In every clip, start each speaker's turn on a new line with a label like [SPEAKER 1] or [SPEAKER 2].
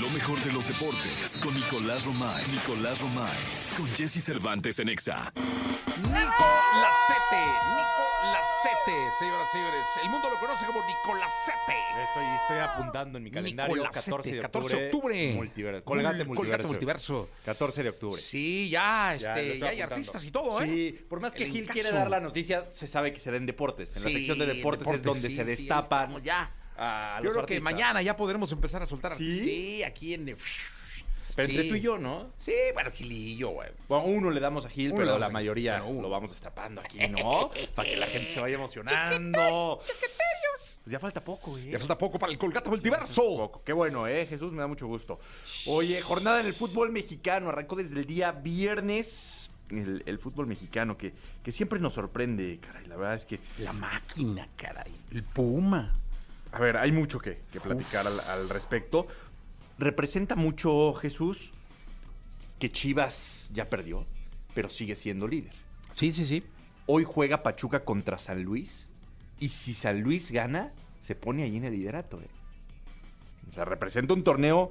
[SPEAKER 1] Lo mejor de los deportes con Nicolás Romay. Nicolás Romay. Con Jesse Cervantes en Exa.
[SPEAKER 2] Nico Lacete, Nico Lacete, señoras y señores. El mundo lo conoce como Nicolacete.
[SPEAKER 3] Estoy, estoy apuntando en mi calendario.
[SPEAKER 2] Nicolás
[SPEAKER 3] 14 de octubre.
[SPEAKER 2] 14 de octubre.
[SPEAKER 3] Multiverso.
[SPEAKER 2] Col-
[SPEAKER 3] Colgate
[SPEAKER 2] Colgate
[SPEAKER 3] multiverso.
[SPEAKER 2] Multiverso.
[SPEAKER 3] 14 de octubre.
[SPEAKER 2] Sí, ya,
[SPEAKER 3] Ya, lo
[SPEAKER 2] este,
[SPEAKER 3] estoy
[SPEAKER 2] ya hay
[SPEAKER 3] apuntando.
[SPEAKER 2] artistas y todo, ¿eh?
[SPEAKER 3] Sí, por más que
[SPEAKER 2] El
[SPEAKER 3] Gil
[SPEAKER 2] encaso.
[SPEAKER 3] quiere dar la noticia, se sabe que se da en deportes. En la
[SPEAKER 2] Sí,
[SPEAKER 3] sección de deportes, es donde
[SPEAKER 2] sí,
[SPEAKER 3] se
[SPEAKER 2] sí, ahí
[SPEAKER 3] destapan
[SPEAKER 2] estamos, ya.
[SPEAKER 3] a
[SPEAKER 2] Yo
[SPEAKER 3] los
[SPEAKER 2] creo que
[SPEAKER 3] artistas.
[SPEAKER 2] mañana ya podremos empezar a soltar
[SPEAKER 3] ¿Sí?
[SPEAKER 2] artistas. Sí, aquí en.
[SPEAKER 3] Pero
[SPEAKER 2] Sí.
[SPEAKER 3] entre tú y yo, ¿no?
[SPEAKER 2] Sí, bueno, Gilillo, güey.
[SPEAKER 3] Bueno, uno le damos a Gil,
[SPEAKER 2] Uno le
[SPEAKER 3] pero
[SPEAKER 2] damos
[SPEAKER 3] la
[SPEAKER 2] a Gil,
[SPEAKER 3] mayoría
[SPEAKER 2] pero uno.
[SPEAKER 3] lo vamos destapando aquí, ¿no? Para que la gente se vaya emocionando. Pues ya falta poco, ¿eh?
[SPEAKER 2] Ya falta poco para el Colgate Multiverso.
[SPEAKER 3] Poco. Qué bueno, ¿eh? Jesús, me da mucho gusto. Oye, jornada en el fútbol mexicano. Arrancó desde el día viernes el, el fútbol mexicano, que, que siempre nos sorprende, caray. La verdad es que,
[SPEAKER 2] La máquina, caray. El Puma.
[SPEAKER 3] a ver, hay mucho que, que platicar al, al respecto. Representa mucho, Jesús, que Chivas ya perdió, pero sigue siendo líder.
[SPEAKER 2] Sí, sí, sí.
[SPEAKER 3] Hoy juega Pachuca contra San Luis. Y si San Luis gana, se pone ahí en el liderato. ¿eh? O sea, representa un torneo,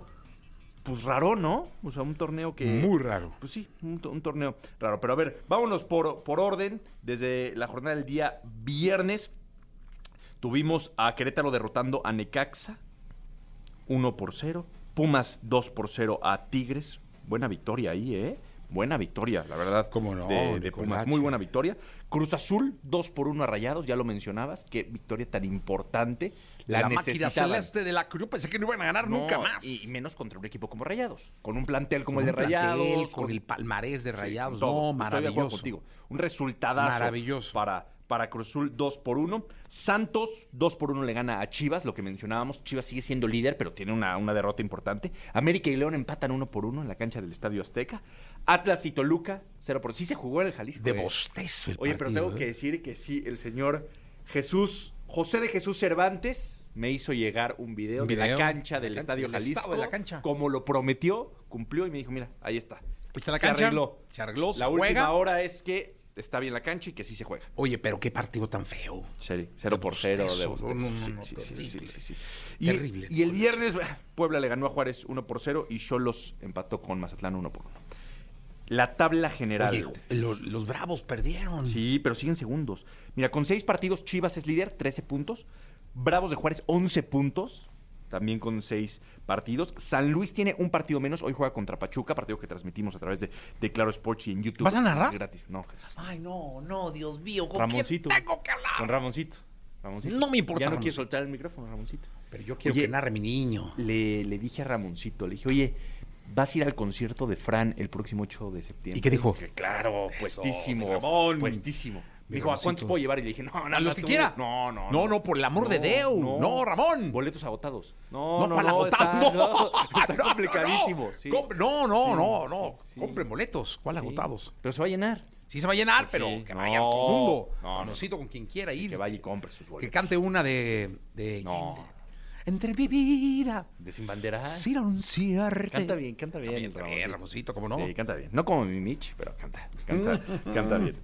[SPEAKER 3] pues raro, ¿no? O sea, un torneo que...
[SPEAKER 2] Muy raro.
[SPEAKER 3] Pues sí, un, to- un torneo raro. Pero a ver, vámonos por, por orden. Desde la jornada del día viernes tuvimos a Querétaro derrotando a Necaxa 1 por 0. Pumas 2 por 0 a Tigres. Buena victoria ahí, ¿eh? Buena victoria, la verdad.
[SPEAKER 2] Cómo no,
[SPEAKER 3] de, de Pumas.
[SPEAKER 2] Nicolache.
[SPEAKER 3] Muy buena victoria. Cruz Azul 2 por 1 a Rayados, ya lo mencionabas. Qué victoria tan importante. La,
[SPEAKER 2] La, máquina
[SPEAKER 3] necesitaban.
[SPEAKER 2] celeste de la Cruz. Yo pensé que no iban a ganar
[SPEAKER 3] No,
[SPEAKER 2] nunca más.
[SPEAKER 3] Y y menos contra un equipo como Rayados. Con un plantel como
[SPEAKER 2] Con
[SPEAKER 3] el
[SPEAKER 2] un
[SPEAKER 3] de Rayados.
[SPEAKER 2] plantel, con el palmarés de
[SPEAKER 3] Sí,
[SPEAKER 2] Rayados.
[SPEAKER 3] todo.
[SPEAKER 2] no,
[SPEAKER 3] Estoy de acuerdo
[SPEAKER 2] maravilloso.
[SPEAKER 3] contigo. Un resultadazo.
[SPEAKER 2] Maravilloso.
[SPEAKER 3] Para, para Cruz Azul 2 por 1. Santos 2 por 1 le gana a Chivas, lo que mencionábamos. Chivas sigue siendo líder, pero tiene una, una derrota importante. América y León empatan 1 por 1 en la cancha del Estadio Azteca. Atlas y Toluca 0 por 0. Sí se jugó en el Jalisco.
[SPEAKER 2] De
[SPEAKER 3] eh.
[SPEAKER 2] bostezo el
[SPEAKER 3] Oye, pero
[SPEAKER 2] partido,
[SPEAKER 3] tengo que
[SPEAKER 2] ¿eh?
[SPEAKER 3] decir que sí, el señor Jesús, José de Jesús Cervantes, me hizo llegar un video,
[SPEAKER 2] Un
[SPEAKER 3] de la
[SPEAKER 2] video
[SPEAKER 3] cancha
[SPEAKER 2] de
[SPEAKER 3] del
[SPEAKER 2] la cancha,
[SPEAKER 3] Estadio
[SPEAKER 2] del
[SPEAKER 3] Jalisco.
[SPEAKER 2] estado de la cancha.
[SPEAKER 3] Como lo prometió, cumplió y me dijo, mira, ahí está.
[SPEAKER 2] ¿Viste la
[SPEAKER 3] se
[SPEAKER 2] cancha?
[SPEAKER 3] arregló.
[SPEAKER 2] Se arregló, se
[SPEAKER 3] La última
[SPEAKER 2] juega.
[SPEAKER 3] hora es que está bien la cancha y que sí se juega.
[SPEAKER 2] Oye, pero qué partido tan feo.
[SPEAKER 3] Sí, cero por cero de bostezo.
[SPEAKER 2] No, no, no,
[SPEAKER 3] Sí,
[SPEAKER 2] no,
[SPEAKER 3] sí, sí, sí, sí, sí. Y,
[SPEAKER 2] Terrible.
[SPEAKER 3] y el viernes, Puebla le ganó a Juárez 1 por 0 y Cholos empató con Mazatlán 1 por 1. La tabla general.
[SPEAKER 2] Oye, los, los bravos perdieron.
[SPEAKER 3] Sí, pero siguen segundos. Mira, con seis partidos, Chivas es líder, 13 puntos. Bravos de Juárez, 11 puntos. También con seis partidos. San Luis tiene un partido menos. Hoy juega contra Pachuca, partido que transmitimos a través de, de Claro Sports y en YouTube.
[SPEAKER 2] ¿Vas a narrar?
[SPEAKER 3] Gratis, no, Jesús.
[SPEAKER 2] Ay, no, no, Dios mío, ¿con
[SPEAKER 3] Ramoncito.
[SPEAKER 2] quién tengo que hablar?
[SPEAKER 3] Con Ramoncito. Ramoncito.
[SPEAKER 2] No me importa,
[SPEAKER 3] Ya no
[SPEAKER 2] Ramoncito.
[SPEAKER 3] quiere soltar el micrófono, Ramoncito.
[SPEAKER 2] Pero yo quiero
[SPEAKER 3] Oye,
[SPEAKER 2] que narre mi niño.
[SPEAKER 3] Le, le dije a Ramoncito, le dije, oye, ¿vas a ir al concierto de Fran el próximo 8 de septiembre?
[SPEAKER 2] ¿Y qué dijo?
[SPEAKER 3] Que claro, Oh, puestísimo.
[SPEAKER 2] Ramón.
[SPEAKER 3] Puestísimo.
[SPEAKER 2] Mi
[SPEAKER 3] Me dijo, ¿a cuántos
[SPEAKER 2] Ramoncito.
[SPEAKER 3] puedo llevar? Y le dije, no, nada
[SPEAKER 2] los
[SPEAKER 3] más
[SPEAKER 2] que
[SPEAKER 3] tú".
[SPEAKER 2] quiera.
[SPEAKER 3] No, no,
[SPEAKER 2] No, no, por el amor de Deu. No, Ramón.
[SPEAKER 3] Boletos agotados.
[SPEAKER 2] No,
[SPEAKER 3] No, no,
[SPEAKER 2] ¿cuál
[SPEAKER 3] no.
[SPEAKER 2] agotado?
[SPEAKER 3] Está, no, está
[SPEAKER 2] No, no, no.
[SPEAKER 3] complicadísimo. sí.
[SPEAKER 2] Compre- No, no,
[SPEAKER 3] Sí,
[SPEAKER 2] no, no.
[SPEAKER 3] sí, sí.
[SPEAKER 2] Compren boletos. ¿Cuál
[SPEAKER 3] Sí.
[SPEAKER 2] agotados?
[SPEAKER 3] Pero se va a llenar.
[SPEAKER 2] Sí se va a llenar,
[SPEAKER 3] Pues
[SPEAKER 2] pero
[SPEAKER 3] sí.
[SPEAKER 2] que vaya todo
[SPEAKER 3] No,
[SPEAKER 2] el mundo.
[SPEAKER 3] no, no.
[SPEAKER 2] Ramoncito con quien quiera ir.
[SPEAKER 3] Que vaya y compre sus boletos.
[SPEAKER 2] Que cante una de... de
[SPEAKER 3] No.
[SPEAKER 2] Entre mi vida.
[SPEAKER 3] De sin bandera.
[SPEAKER 2] Sin anunciarte.
[SPEAKER 3] Canta bien, canta bien.
[SPEAKER 2] Bien, está bien, Ramoncito, ¿cómo no?
[SPEAKER 3] Sí, canta bien. No como mi Mitch, pero canta, canta, canta bien.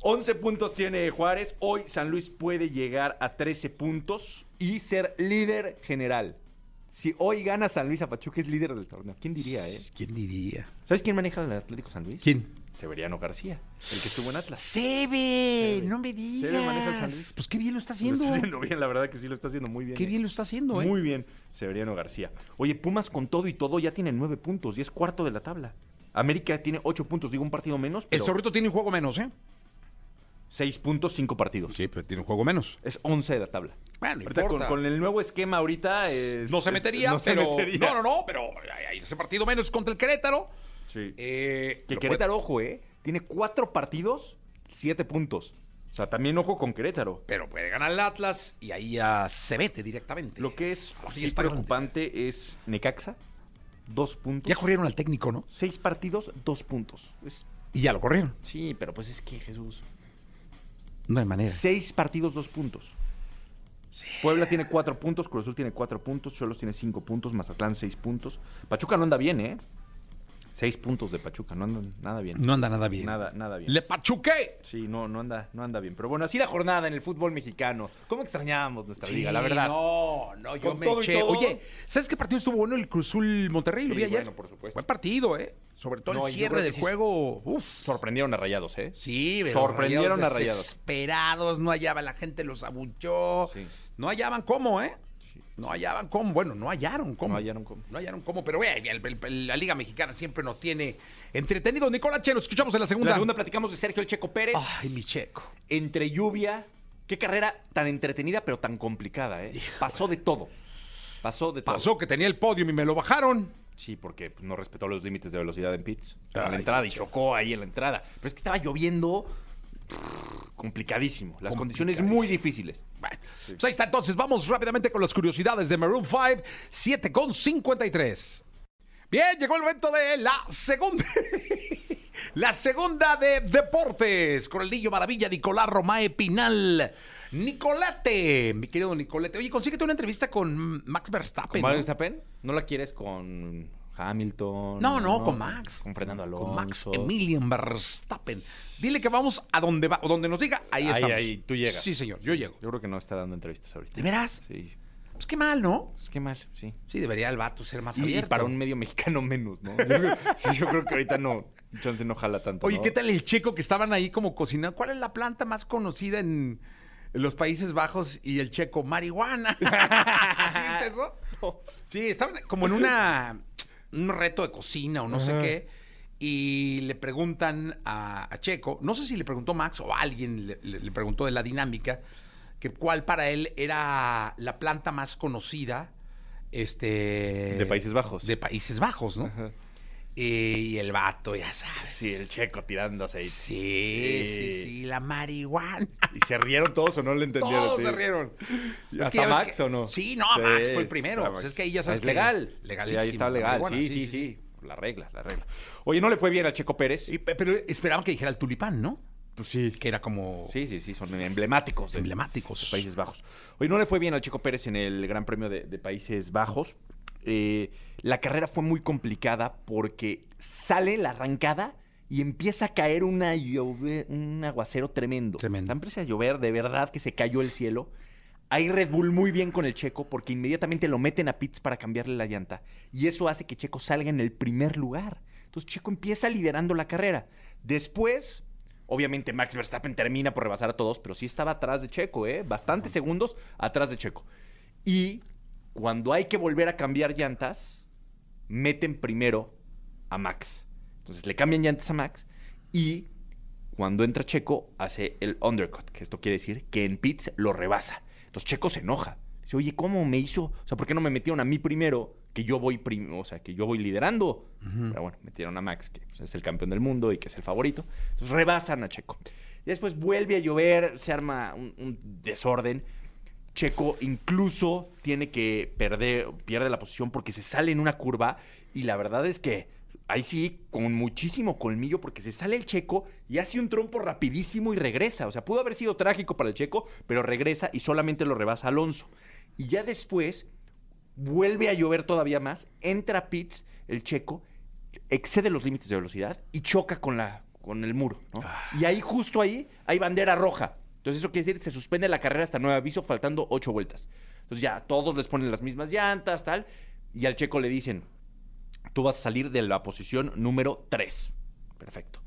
[SPEAKER 3] 11 puntos tiene Juárez. Hoy San Luis puede llegar a 13 puntos y ser líder general. Si hoy gana San Luis a Pachuca es líder del torneo. ¿Quién diría, eh?
[SPEAKER 2] ¿Quién diría?
[SPEAKER 3] ¿Sabes quién maneja el Atlético San Luis?
[SPEAKER 2] ¿Quién?
[SPEAKER 3] Severiano García, el que estuvo en Atlas.
[SPEAKER 2] Sebe,
[SPEAKER 3] Sebe.
[SPEAKER 2] no me digas.
[SPEAKER 3] maneja el San Luis.
[SPEAKER 2] Pues qué bien lo está
[SPEAKER 3] Lo
[SPEAKER 2] haciendo.
[SPEAKER 3] está haciendo bien, la verdad que sí lo está haciendo muy bien.
[SPEAKER 2] Qué
[SPEAKER 3] eh.
[SPEAKER 2] bien lo está haciendo, ¿eh?
[SPEAKER 3] Muy bien, Severiano García. Oye, Pumas con todo y todo ya tiene nueve puntos y es cuarto de la tabla. América tiene ocho puntos, digo un partido menos,
[SPEAKER 2] El
[SPEAKER 3] pero
[SPEAKER 2] zorrito tiene un juego menos, ¿eh?
[SPEAKER 3] seis puntos, cinco partidos.
[SPEAKER 2] Sí, pero tiene un juego menos.
[SPEAKER 3] Es once de la tabla.
[SPEAKER 2] Bueno, no
[SPEAKER 3] Ahorita con,
[SPEAKER 2] importa.
[SPEAKER 3] con el nuevo esquema ahorita... eh,
[SPEAKER 2] No se
[SPEAKER 3] es-
[SPEAKER 2] metería,
[SPEAKER 3] no se
[SPEAKER 2] pero.
[SPEAKER 3] metería.
[SPEAKER 2] No, no, no, pero ay, ay, ese partido menos contra el Querétaro.
[SPEAKER 3] Sí.
[SPEAKER 2] Eh,
[SPEAKER 3] que
[SPEAKER 2] lo
[SPEAKER 3] Querétaro, ojo, ¿eh? Tiene cuatro partidos, siete puntos. O sea, también ojo con Querétaro.
[SPEAKER 2] puede- pero puede ganar el Atlas y ahí ya se vete directamente.
[SPEAKER 3] Lo que es
[SPEAKER 2] Así
[SPEAKER 3] sí
[SPEAKER 2] está
[SPEAKER 3] preocupante es Necaxa, dos puntos.
[SPEAKER 2] Ya corrieron al técnico, ¿no?
[SPEAKER 3] Seis partidos, dos puntos. Es-
[SPEAKER 2] Y ya lo corrieron.
[SPEAKER 3] sí, pero pues es que Jesús.
[SPEAKER 2] No hay manera.
[SPEAKER 3] Seis partidos, dos puntos. Puebla tiene cuatro puntos, Cruz Azul tiene cuatro puntos, Cholos tiene cinco puntos, Mazatlán seis puntos. Pachuca no anda bien, ¿eh? Seis puntos de Pachuca, no andan nada bien.
[SPEAKER 2] No anda nada bien.
[SPEAKER 3] Nada, nada bien.
[SPEAKER 4] ¡Le pachuqué!
[SPEAKER 3] Sí, no, no anda, no anda bien. Pero bueno, así la jornada en el fútbol mexicano. ¿Cómo extrañábamos nuestra
[SPEAKER 2] Sí,
[SPEAKER 3] liga, la verdad?
[SPEAKER 2] No, no, yo
[SPEAKER 3] Con
[SPEAKER 2] me
[SPEAKER 3] todo y
[SPEAKER 2] eché.
[SPEAKER 3] todo.
[SPEAKER 2] Oye, ¿sabes qué partido estuvo bueno el Cruz Azul Monterrey? Lo
[SPEAKER 3] Sí,
[SPEAKER 2] vi ayer.
[SPEAKER 3] bueno, por supuesto.
[SPEAKER 2] Buen partido, ¿eh? Sobre todo
[SPEAKER 3] No,
[SPEAKER 2] el
[SPEAKER 3] y yo
[SPEAKER 2] cierre
[SPEAKER 3] creo que
[SPEAKER 2] del
[SPEAKER 3] sí-
[SPEAKER 2] juego. Uf.
[SPEAKER 3] Sorprendieron a Rayados, ¿eh?
[SPEAKER 2] Sí, pero
[SPEAKER 3] Sorprendieron a Rayados.
[SPEAKER 2] Desesperados, no hallaban, la gente los abuchó.
[SPEAKER 3] Sí.
[SPEAKER 2] No hallaban cómo, ¿eh? No hallaban cómo, bueno, no hallaron cómo.
[SPEAKER 3] No hallaron cómo.
[SPEAKER 2] No hallaron cómo, pero güey, el- el- el- la Liga Mexicana siempre nos tiene entretenidos. Nicolás Che, nos escuchamos en la
[SPEAKER 3] En
[SPEAKER 2] segunda.
[SPEAKER 3] la segunda platicamos de Sergio El Checo Pérez.
[SPEAKER 2] Ay, mi checo.
[SPEAKER 3] Entre lluvia. Qué carrera tan entretenida, pero tan complicada, ¿eh? Pasó de todo. Pasó de todo.
[SPEAKER 2] Pasó que tenía el podio y me lo bajaron.
[SPEAKER 3] Sí, porque pues, no respetó los límites de velocidad en pits.
[SPEAKER 2] Ay,
[SPEAKER 3] a la entrada y chocó ahí en la entrada. Pero es que estaba lloviendo pff, complicadísimo. Las condiciones muy difíciles.
[SPEAKER 2] Bueno, pues ahí está. Entonces, vamos rápidamente con las curiosidades de Maroon 5, 7 con 53. Bien, llegó el momento de la segunda. La segunda de deportes con el niño maravilla Nicolás Romae Pinal. Nicolate, mi querido Nicolete. Oye, consíguete una entrevista con Max Verstappen.
[SPEAKER 3] ¿Con
[SPEAKER 2] ¿no?
[SPEAKER 3] Max Verstappen? ¿No la quieres con Hamilton?
[SPEAKER 2] No, no, con Max.
[SPEAKER 3] Con Fernando Alonso.
[SPEAKER 2] Con Max Emilian Verstappen. Dile que vamos a donde va, o donde nos diga, ahí
[SPEAKER 3] Ahí,
[SPEAKER 2] estamos.
[SPEAKER 3] ahí, tú llegas.
[SPEAKER 2] Sí, señor, yo llego.
[SPEAKER 3] Yo creo que no está dando entrevistas ahorita.
[SPEAKER 2] ¿De veras?
[SPEAKER 3] Sí.
[SPEAKER 2] Pues qué mal, ¿no?
[SPEAKER 3] Pues qué mal, sí.
[SPEAKER 2] Sí, debería el vato ser más
[SPEAKER 3] Y- Y,
[SPEAKER 2] abierto.
[SPEAKER 3] para un medio mexicano menos, ¿no? Yo creo, sí, yo creo que ahorita no. Chance no jala tanto.
[SPEAKER 2] Oye,
[SPEAKER 3] ¿no?
[SPEAKER 2] ¿qué tal el checo que estaban ahí como cocinando? ¿Cuál es la planta más conocida en los Países Bajos y el checo? Marihuana. ¿Sí viste eso? Sí, estaban como en una un reto de cocina o no sé qué. Y le preguntan a, a Checo, no sé si le preguntó Max o alguien le, le- le preguntó de la dinámica, que cuál para él era la planta más conocida este,
[SPEAKER 3] De Países Bajos.
[SPEAKER 2] De Países Bajos, ¿no? Eh, Y el vato, ya sabes.
[SPEAKER 3] Sí, el checo tirándose ahí.
[SPEAKER 2] Sí, sí, sí, la marihuana.
[SPEAKER 3] ¿Y se rieron todos o no le entendieron?
[SPEAKER 2] Todos
[SPEAKER 3] Sí.
[SPEAKER 2] se rieron.
[SPEAKER 3] ¿Y
[SPEAKER 2] Es que ya
[SPEAKER 3] ¿Hasta
[SPEAKER 2] ves
[SPEAKER 3] Max
[SPEAKER 2] que-
[SPEAKER 3] o no?
[SPEAKER 2] Sí, no, Max fue el primero.
[SPEAKER 3] está
[SPEAKER 2] Pues
[SPEAKER 3] Max. Ah,
[SPEAKER 2] es que ahí ya sabes
[SPEAKER 3] Es
[SPEAKER 2] que-
[SPEAKER 3] legal.
[SPEAKER 2] legalísimo,
[SPEAKER 3] Sí, ahí está
[SPEAKER 2] la
[SPEAKER 3] legal.
[SPEAKER 2] marihuana,
[SPEAKER 3] Sí,
[SPEAKER 2] sí, sí,
[SPEAKER 3] sí, sí. La regla, la regla. Oye, no le fue bien a Checo Pérez.
[SPEAKER 2] Y pe- Eh, pero esperaban que dijera el tulipán, ¿no?
[SPEAKER 3] pues sí.
[SPEAKER 2] Que era como
[SPEAKER 3] Sí, sí, sí, son emblemáticos. eh. de-
[SPEAKER 2] emblemáticos.
[SPEAKER 3] los Países Bajos. Hoy no le fue bien al Checo Pérez en el Gran Premio de, de Países Bajos. Eh, la carrera fue muy complicada porque sale la arrancada y empieza a caer una llove- un aguacero tremendo.
[SPEAKER 2] Tremendo.
[SPEAKER 3] Está empieza a llover, de verdad que se cayó el cielo. Hay Red Bull muy bien con el Checo porque inmediatamente lo meten a pits para cambiarle la llanta. Y eso hace que Checo salga en el primer lugar. Entonces Checo empieza liderando la carrera. Después, obviamente Max Verstappen termina por rebasar a todos, pero sí estaba atrás de Checo, ¿eh? Bastantes segundos atrás de Checo. Y cuando hay que volver a cambiar llantas, meten primero a Max. Entonces le cambian llantas a Max y cuando entra Checo hace el undercut, que esto quiere decir que en pits lo rebasa. Entonces Checo se enoja. Dice, oye, ¿cómo me hizo? O sea, ¿por qué no me metieron a mí primero? Que yo voy prim- o sea, que yo voy liderando. Pero bueno, metieron a Max, que pues, es el campeón del mundo y que es el favorito. Entonces rebasan a Checo. Y después vuelve a llover, se arma un- un desorden. Checo incluso tiene que perder, pierde la posición porque se sale en una curva y la verdad es que ahí sí, con muchísimo colmillo porque se sale el Checo y hace un trompo rapidísimo y regresa. O sea, pudo haber sido trágico para el Checo, pero regresa y solamente lo rebasa Alonso. Y ya después vuelve a llover todavía más, entra a Pitts, el Checo, excede los límites de velocidad y choca con, la, con el muro. ¿no? Y ahí, justo ahí, hay bandera roja. Entonces, eso quiere decir, se suspende la carrera hasta nuevo aviso, faltando ocho vueltas. Entonces, ya todos les ponen las mismas llantas, tal. Y al checo le dicen, tú vas a salir de la posición número 3. Perfecto.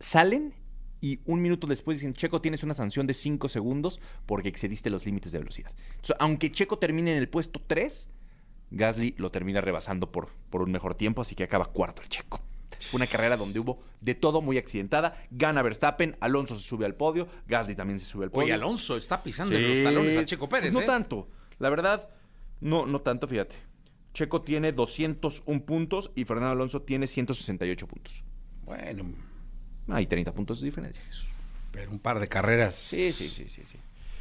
[SPEAKER 3] Salen y un minuto después dicen, Checo, tienes una sanción de 5 segundos porque excediste los límites de velocidad. Entonces, aunque Checo termine en el puesto 3, Gasly lo termina rebasando por, por un mejor tiempo, así que acaba cuarto el Checo. Fue Una carrera donde hubo de todo muy accidentada. Gana Verstappen, Alonso se sube al podio, Gasly también se sube al podio.
[SPEAKER 2] Oye, Alonso está pisando
[SPEAKER 3] Sí. Pues
[SPEAKER 2] en los talones a Checo Pérez.
[SPEAKER 3] No
[SPEAKER 2] ¿eh?
[SPEAKER 3] tanto. La verdad, no, no tanto, fíjate. Checo tiene 201 puntos y Fernando Alonso tiene 168 puntos.
[SPEAKER 2] Bueno,
[SPEAKER 3] Hay 30 puntos de diferencia, Jesús.
[SPEAKER 2] pero un par de carreras.
[SPEAKER 3] Sí, sí, sí, sí, sí.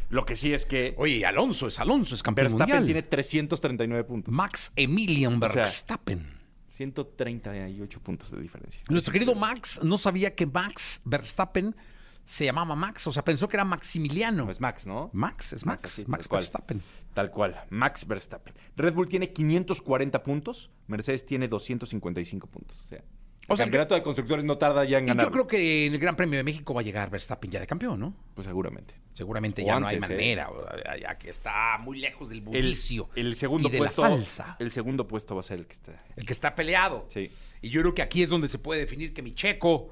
[SPEAKER 3] Lo que sí es que
[SPEAKER 2] Oye, y Alonso es Alonso, es campeón
[SPEAKER 3] Verstappen
[SPEAKER 2] mundial.
[SPEAKER 3] tiene 339 puntos.
[SPEAKER 2] Max Emilian
[SPEAKER 3] sea,
[SPEAKER 2] Verstappen.
[SPEAKER 3] 138 puntos de diferencia.
[SPEAKER 2] Nuestro querido Max no sabía que Max Verstappen se llamaba Max. O sea, pensó que era Maximiliano.
[SPEAKER 3] Pues No es Max, ¿no?
[SPEAKER 2] Max, es Max.
[SPEAKER 3] Max, así,
[SPEAKER 2] Max
[SPEAKER 3] tal cual.
[SPEAKER 2] Verstappen.
[SPEAKER 3] Tal cual, Max Verstappen. Red Bull tiene 540 puntos, Mercedes tiene 255 puntos. O sea,
[SPEAKER 2] O
[SPEAKER 3] el
[SPEAKER 2] sea,
[SPEAKER 3] campeonato de constructores no tarda ya en
[SPEAKER 2] Y
[SPEAKER 3] ganar.
[SPEAKER 2] yo creo que en el Gran Premio de México va a llegar Verstappen ya de campeón, ¿no?
[SPEAKER 3] Pues seguramente.
[SPEAKER 2] Seguramente
[SPEAKER 3] O
[SPEAKER 2] ya no hay
[SPEAKER 3] antes, ¿eh?
[SPEAKER 2] manera, o- ya- ya que está muy lejos del bullicio.
[SPEAKER 3] el segundo
[SPEAKER 2] y de
[SPEAKER 3] puesto.
[SPEAKER 2] la falsa.
[SPEAKER 3] El segundo puesto va a ser el que está.
[SPEAKER 2] El que está peleado.
[SPEAKER 3] Sí.
[SPEAKER 2] Y yo creo que aquí es donde se puede definir que mi checo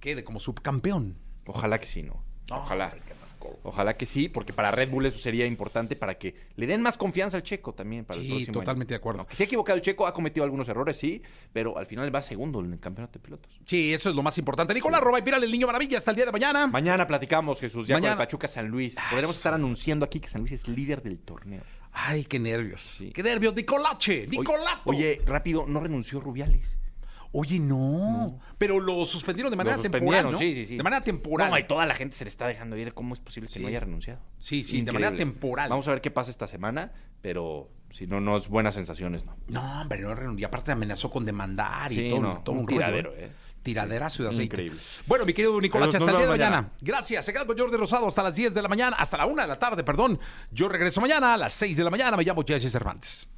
[SPEAKER 2] quede como subcampeón.
[SPEAKER 3] Ojalá que sí, ¿no?
[SPEAKER 2] No,
[SPEAKER 3] Ojalá.
[SPEAKER 2] hombre, qué asco.
[SPEAKER 3] Ojalá que sí, porque para Red Bull eso sería importante para que le den más confianza al Checo también para el
[SPEAKER 2] Sí,
[SPEAKER 3] próximo año.
[SPEAKER 2] totalmente de acuerdo.
[SPEAKER 3] Aunque se ha equivocado el Checo, ha cometido algunos errores, sí, pero al final va segundo en el campeonato de pilotos.
[SPEAKER 2] Sí, eso es lo más importante. Nicolás Roba y Pírale el Niño Maravilla hasta el día de mañana.
[SPEAKER 3] Mañana platicamos, Jesús, ya
[SPEAKER 2] Mañana. Ah,
[SPEAKER 3] con el Pachuca San Luis. Podremos estar anunciando aquí que San Luis es líder del torneo.
[SPEAKER 2] Ay, qué nervios. Qué nervios. Nicolache,
[SPEAKER 3] Oye-
[SPEAKER 2] Nicolato.
[SPEAKER 3] Oye, rápido, no renunció Rubiales.
[SPEAKER 2] Oye, no. Pero lo suspendieron de manera
[SPEAKER 3] suspendieron,
[SPEAKER 2] temporal, ¿no?
[SPEAKER 3] sí, sí, sí.
[SPEAKER 2] De manera temporal.
[SPEAKER 3] No, y toda la gente se le está dejando ir. ¿Cómo es posible que
[SPEAKER 2] Sí.
[SPEAKER 3] no haya renunciado?
[SPEAKER 2] Sí, sí, de manera temporal.
[SPEAKER 3] Vamos a ver qué pasa esta semana, pero si no, no es buenas sensaciones, ¿no?
[SPEAKER 2] No, hombre, no renunció. Y aparte amenazó con demandar y
[SPEAKER 3] Sí,
[SPEAKER 2] todo,
[SPEAKER 3] no,
[SPEAKER 2] todo
[SPEAKER 3] un
[SPEAKER 2] un, rollo,
[SPEAKER 3] tiradero,
[SPEAKER 2] ¿eh?
[SPEAKER 3] ¿eh?
[SPEAKER 2] Tiraderazo de aceite.
[SPEAKER 3] Increíble.
[SPEAKER 2] Bueno, mi querido Nicolás,
[SPEAKER 3] Nos
[SPEAKER 2] hasta el día de
[SPEAKER 3] vemos
[SPEAKER 2] mañana.
[SPEAKER 3] mañana.
[SPEAKER 2] Gracias. Se queda con Jordi Rosado hasta las 10 de la mañana, hasta la 1 de la tarde, perdón. Yo regreso mañana a las 6 de la mañana. Me llamo Jesse Cervantes.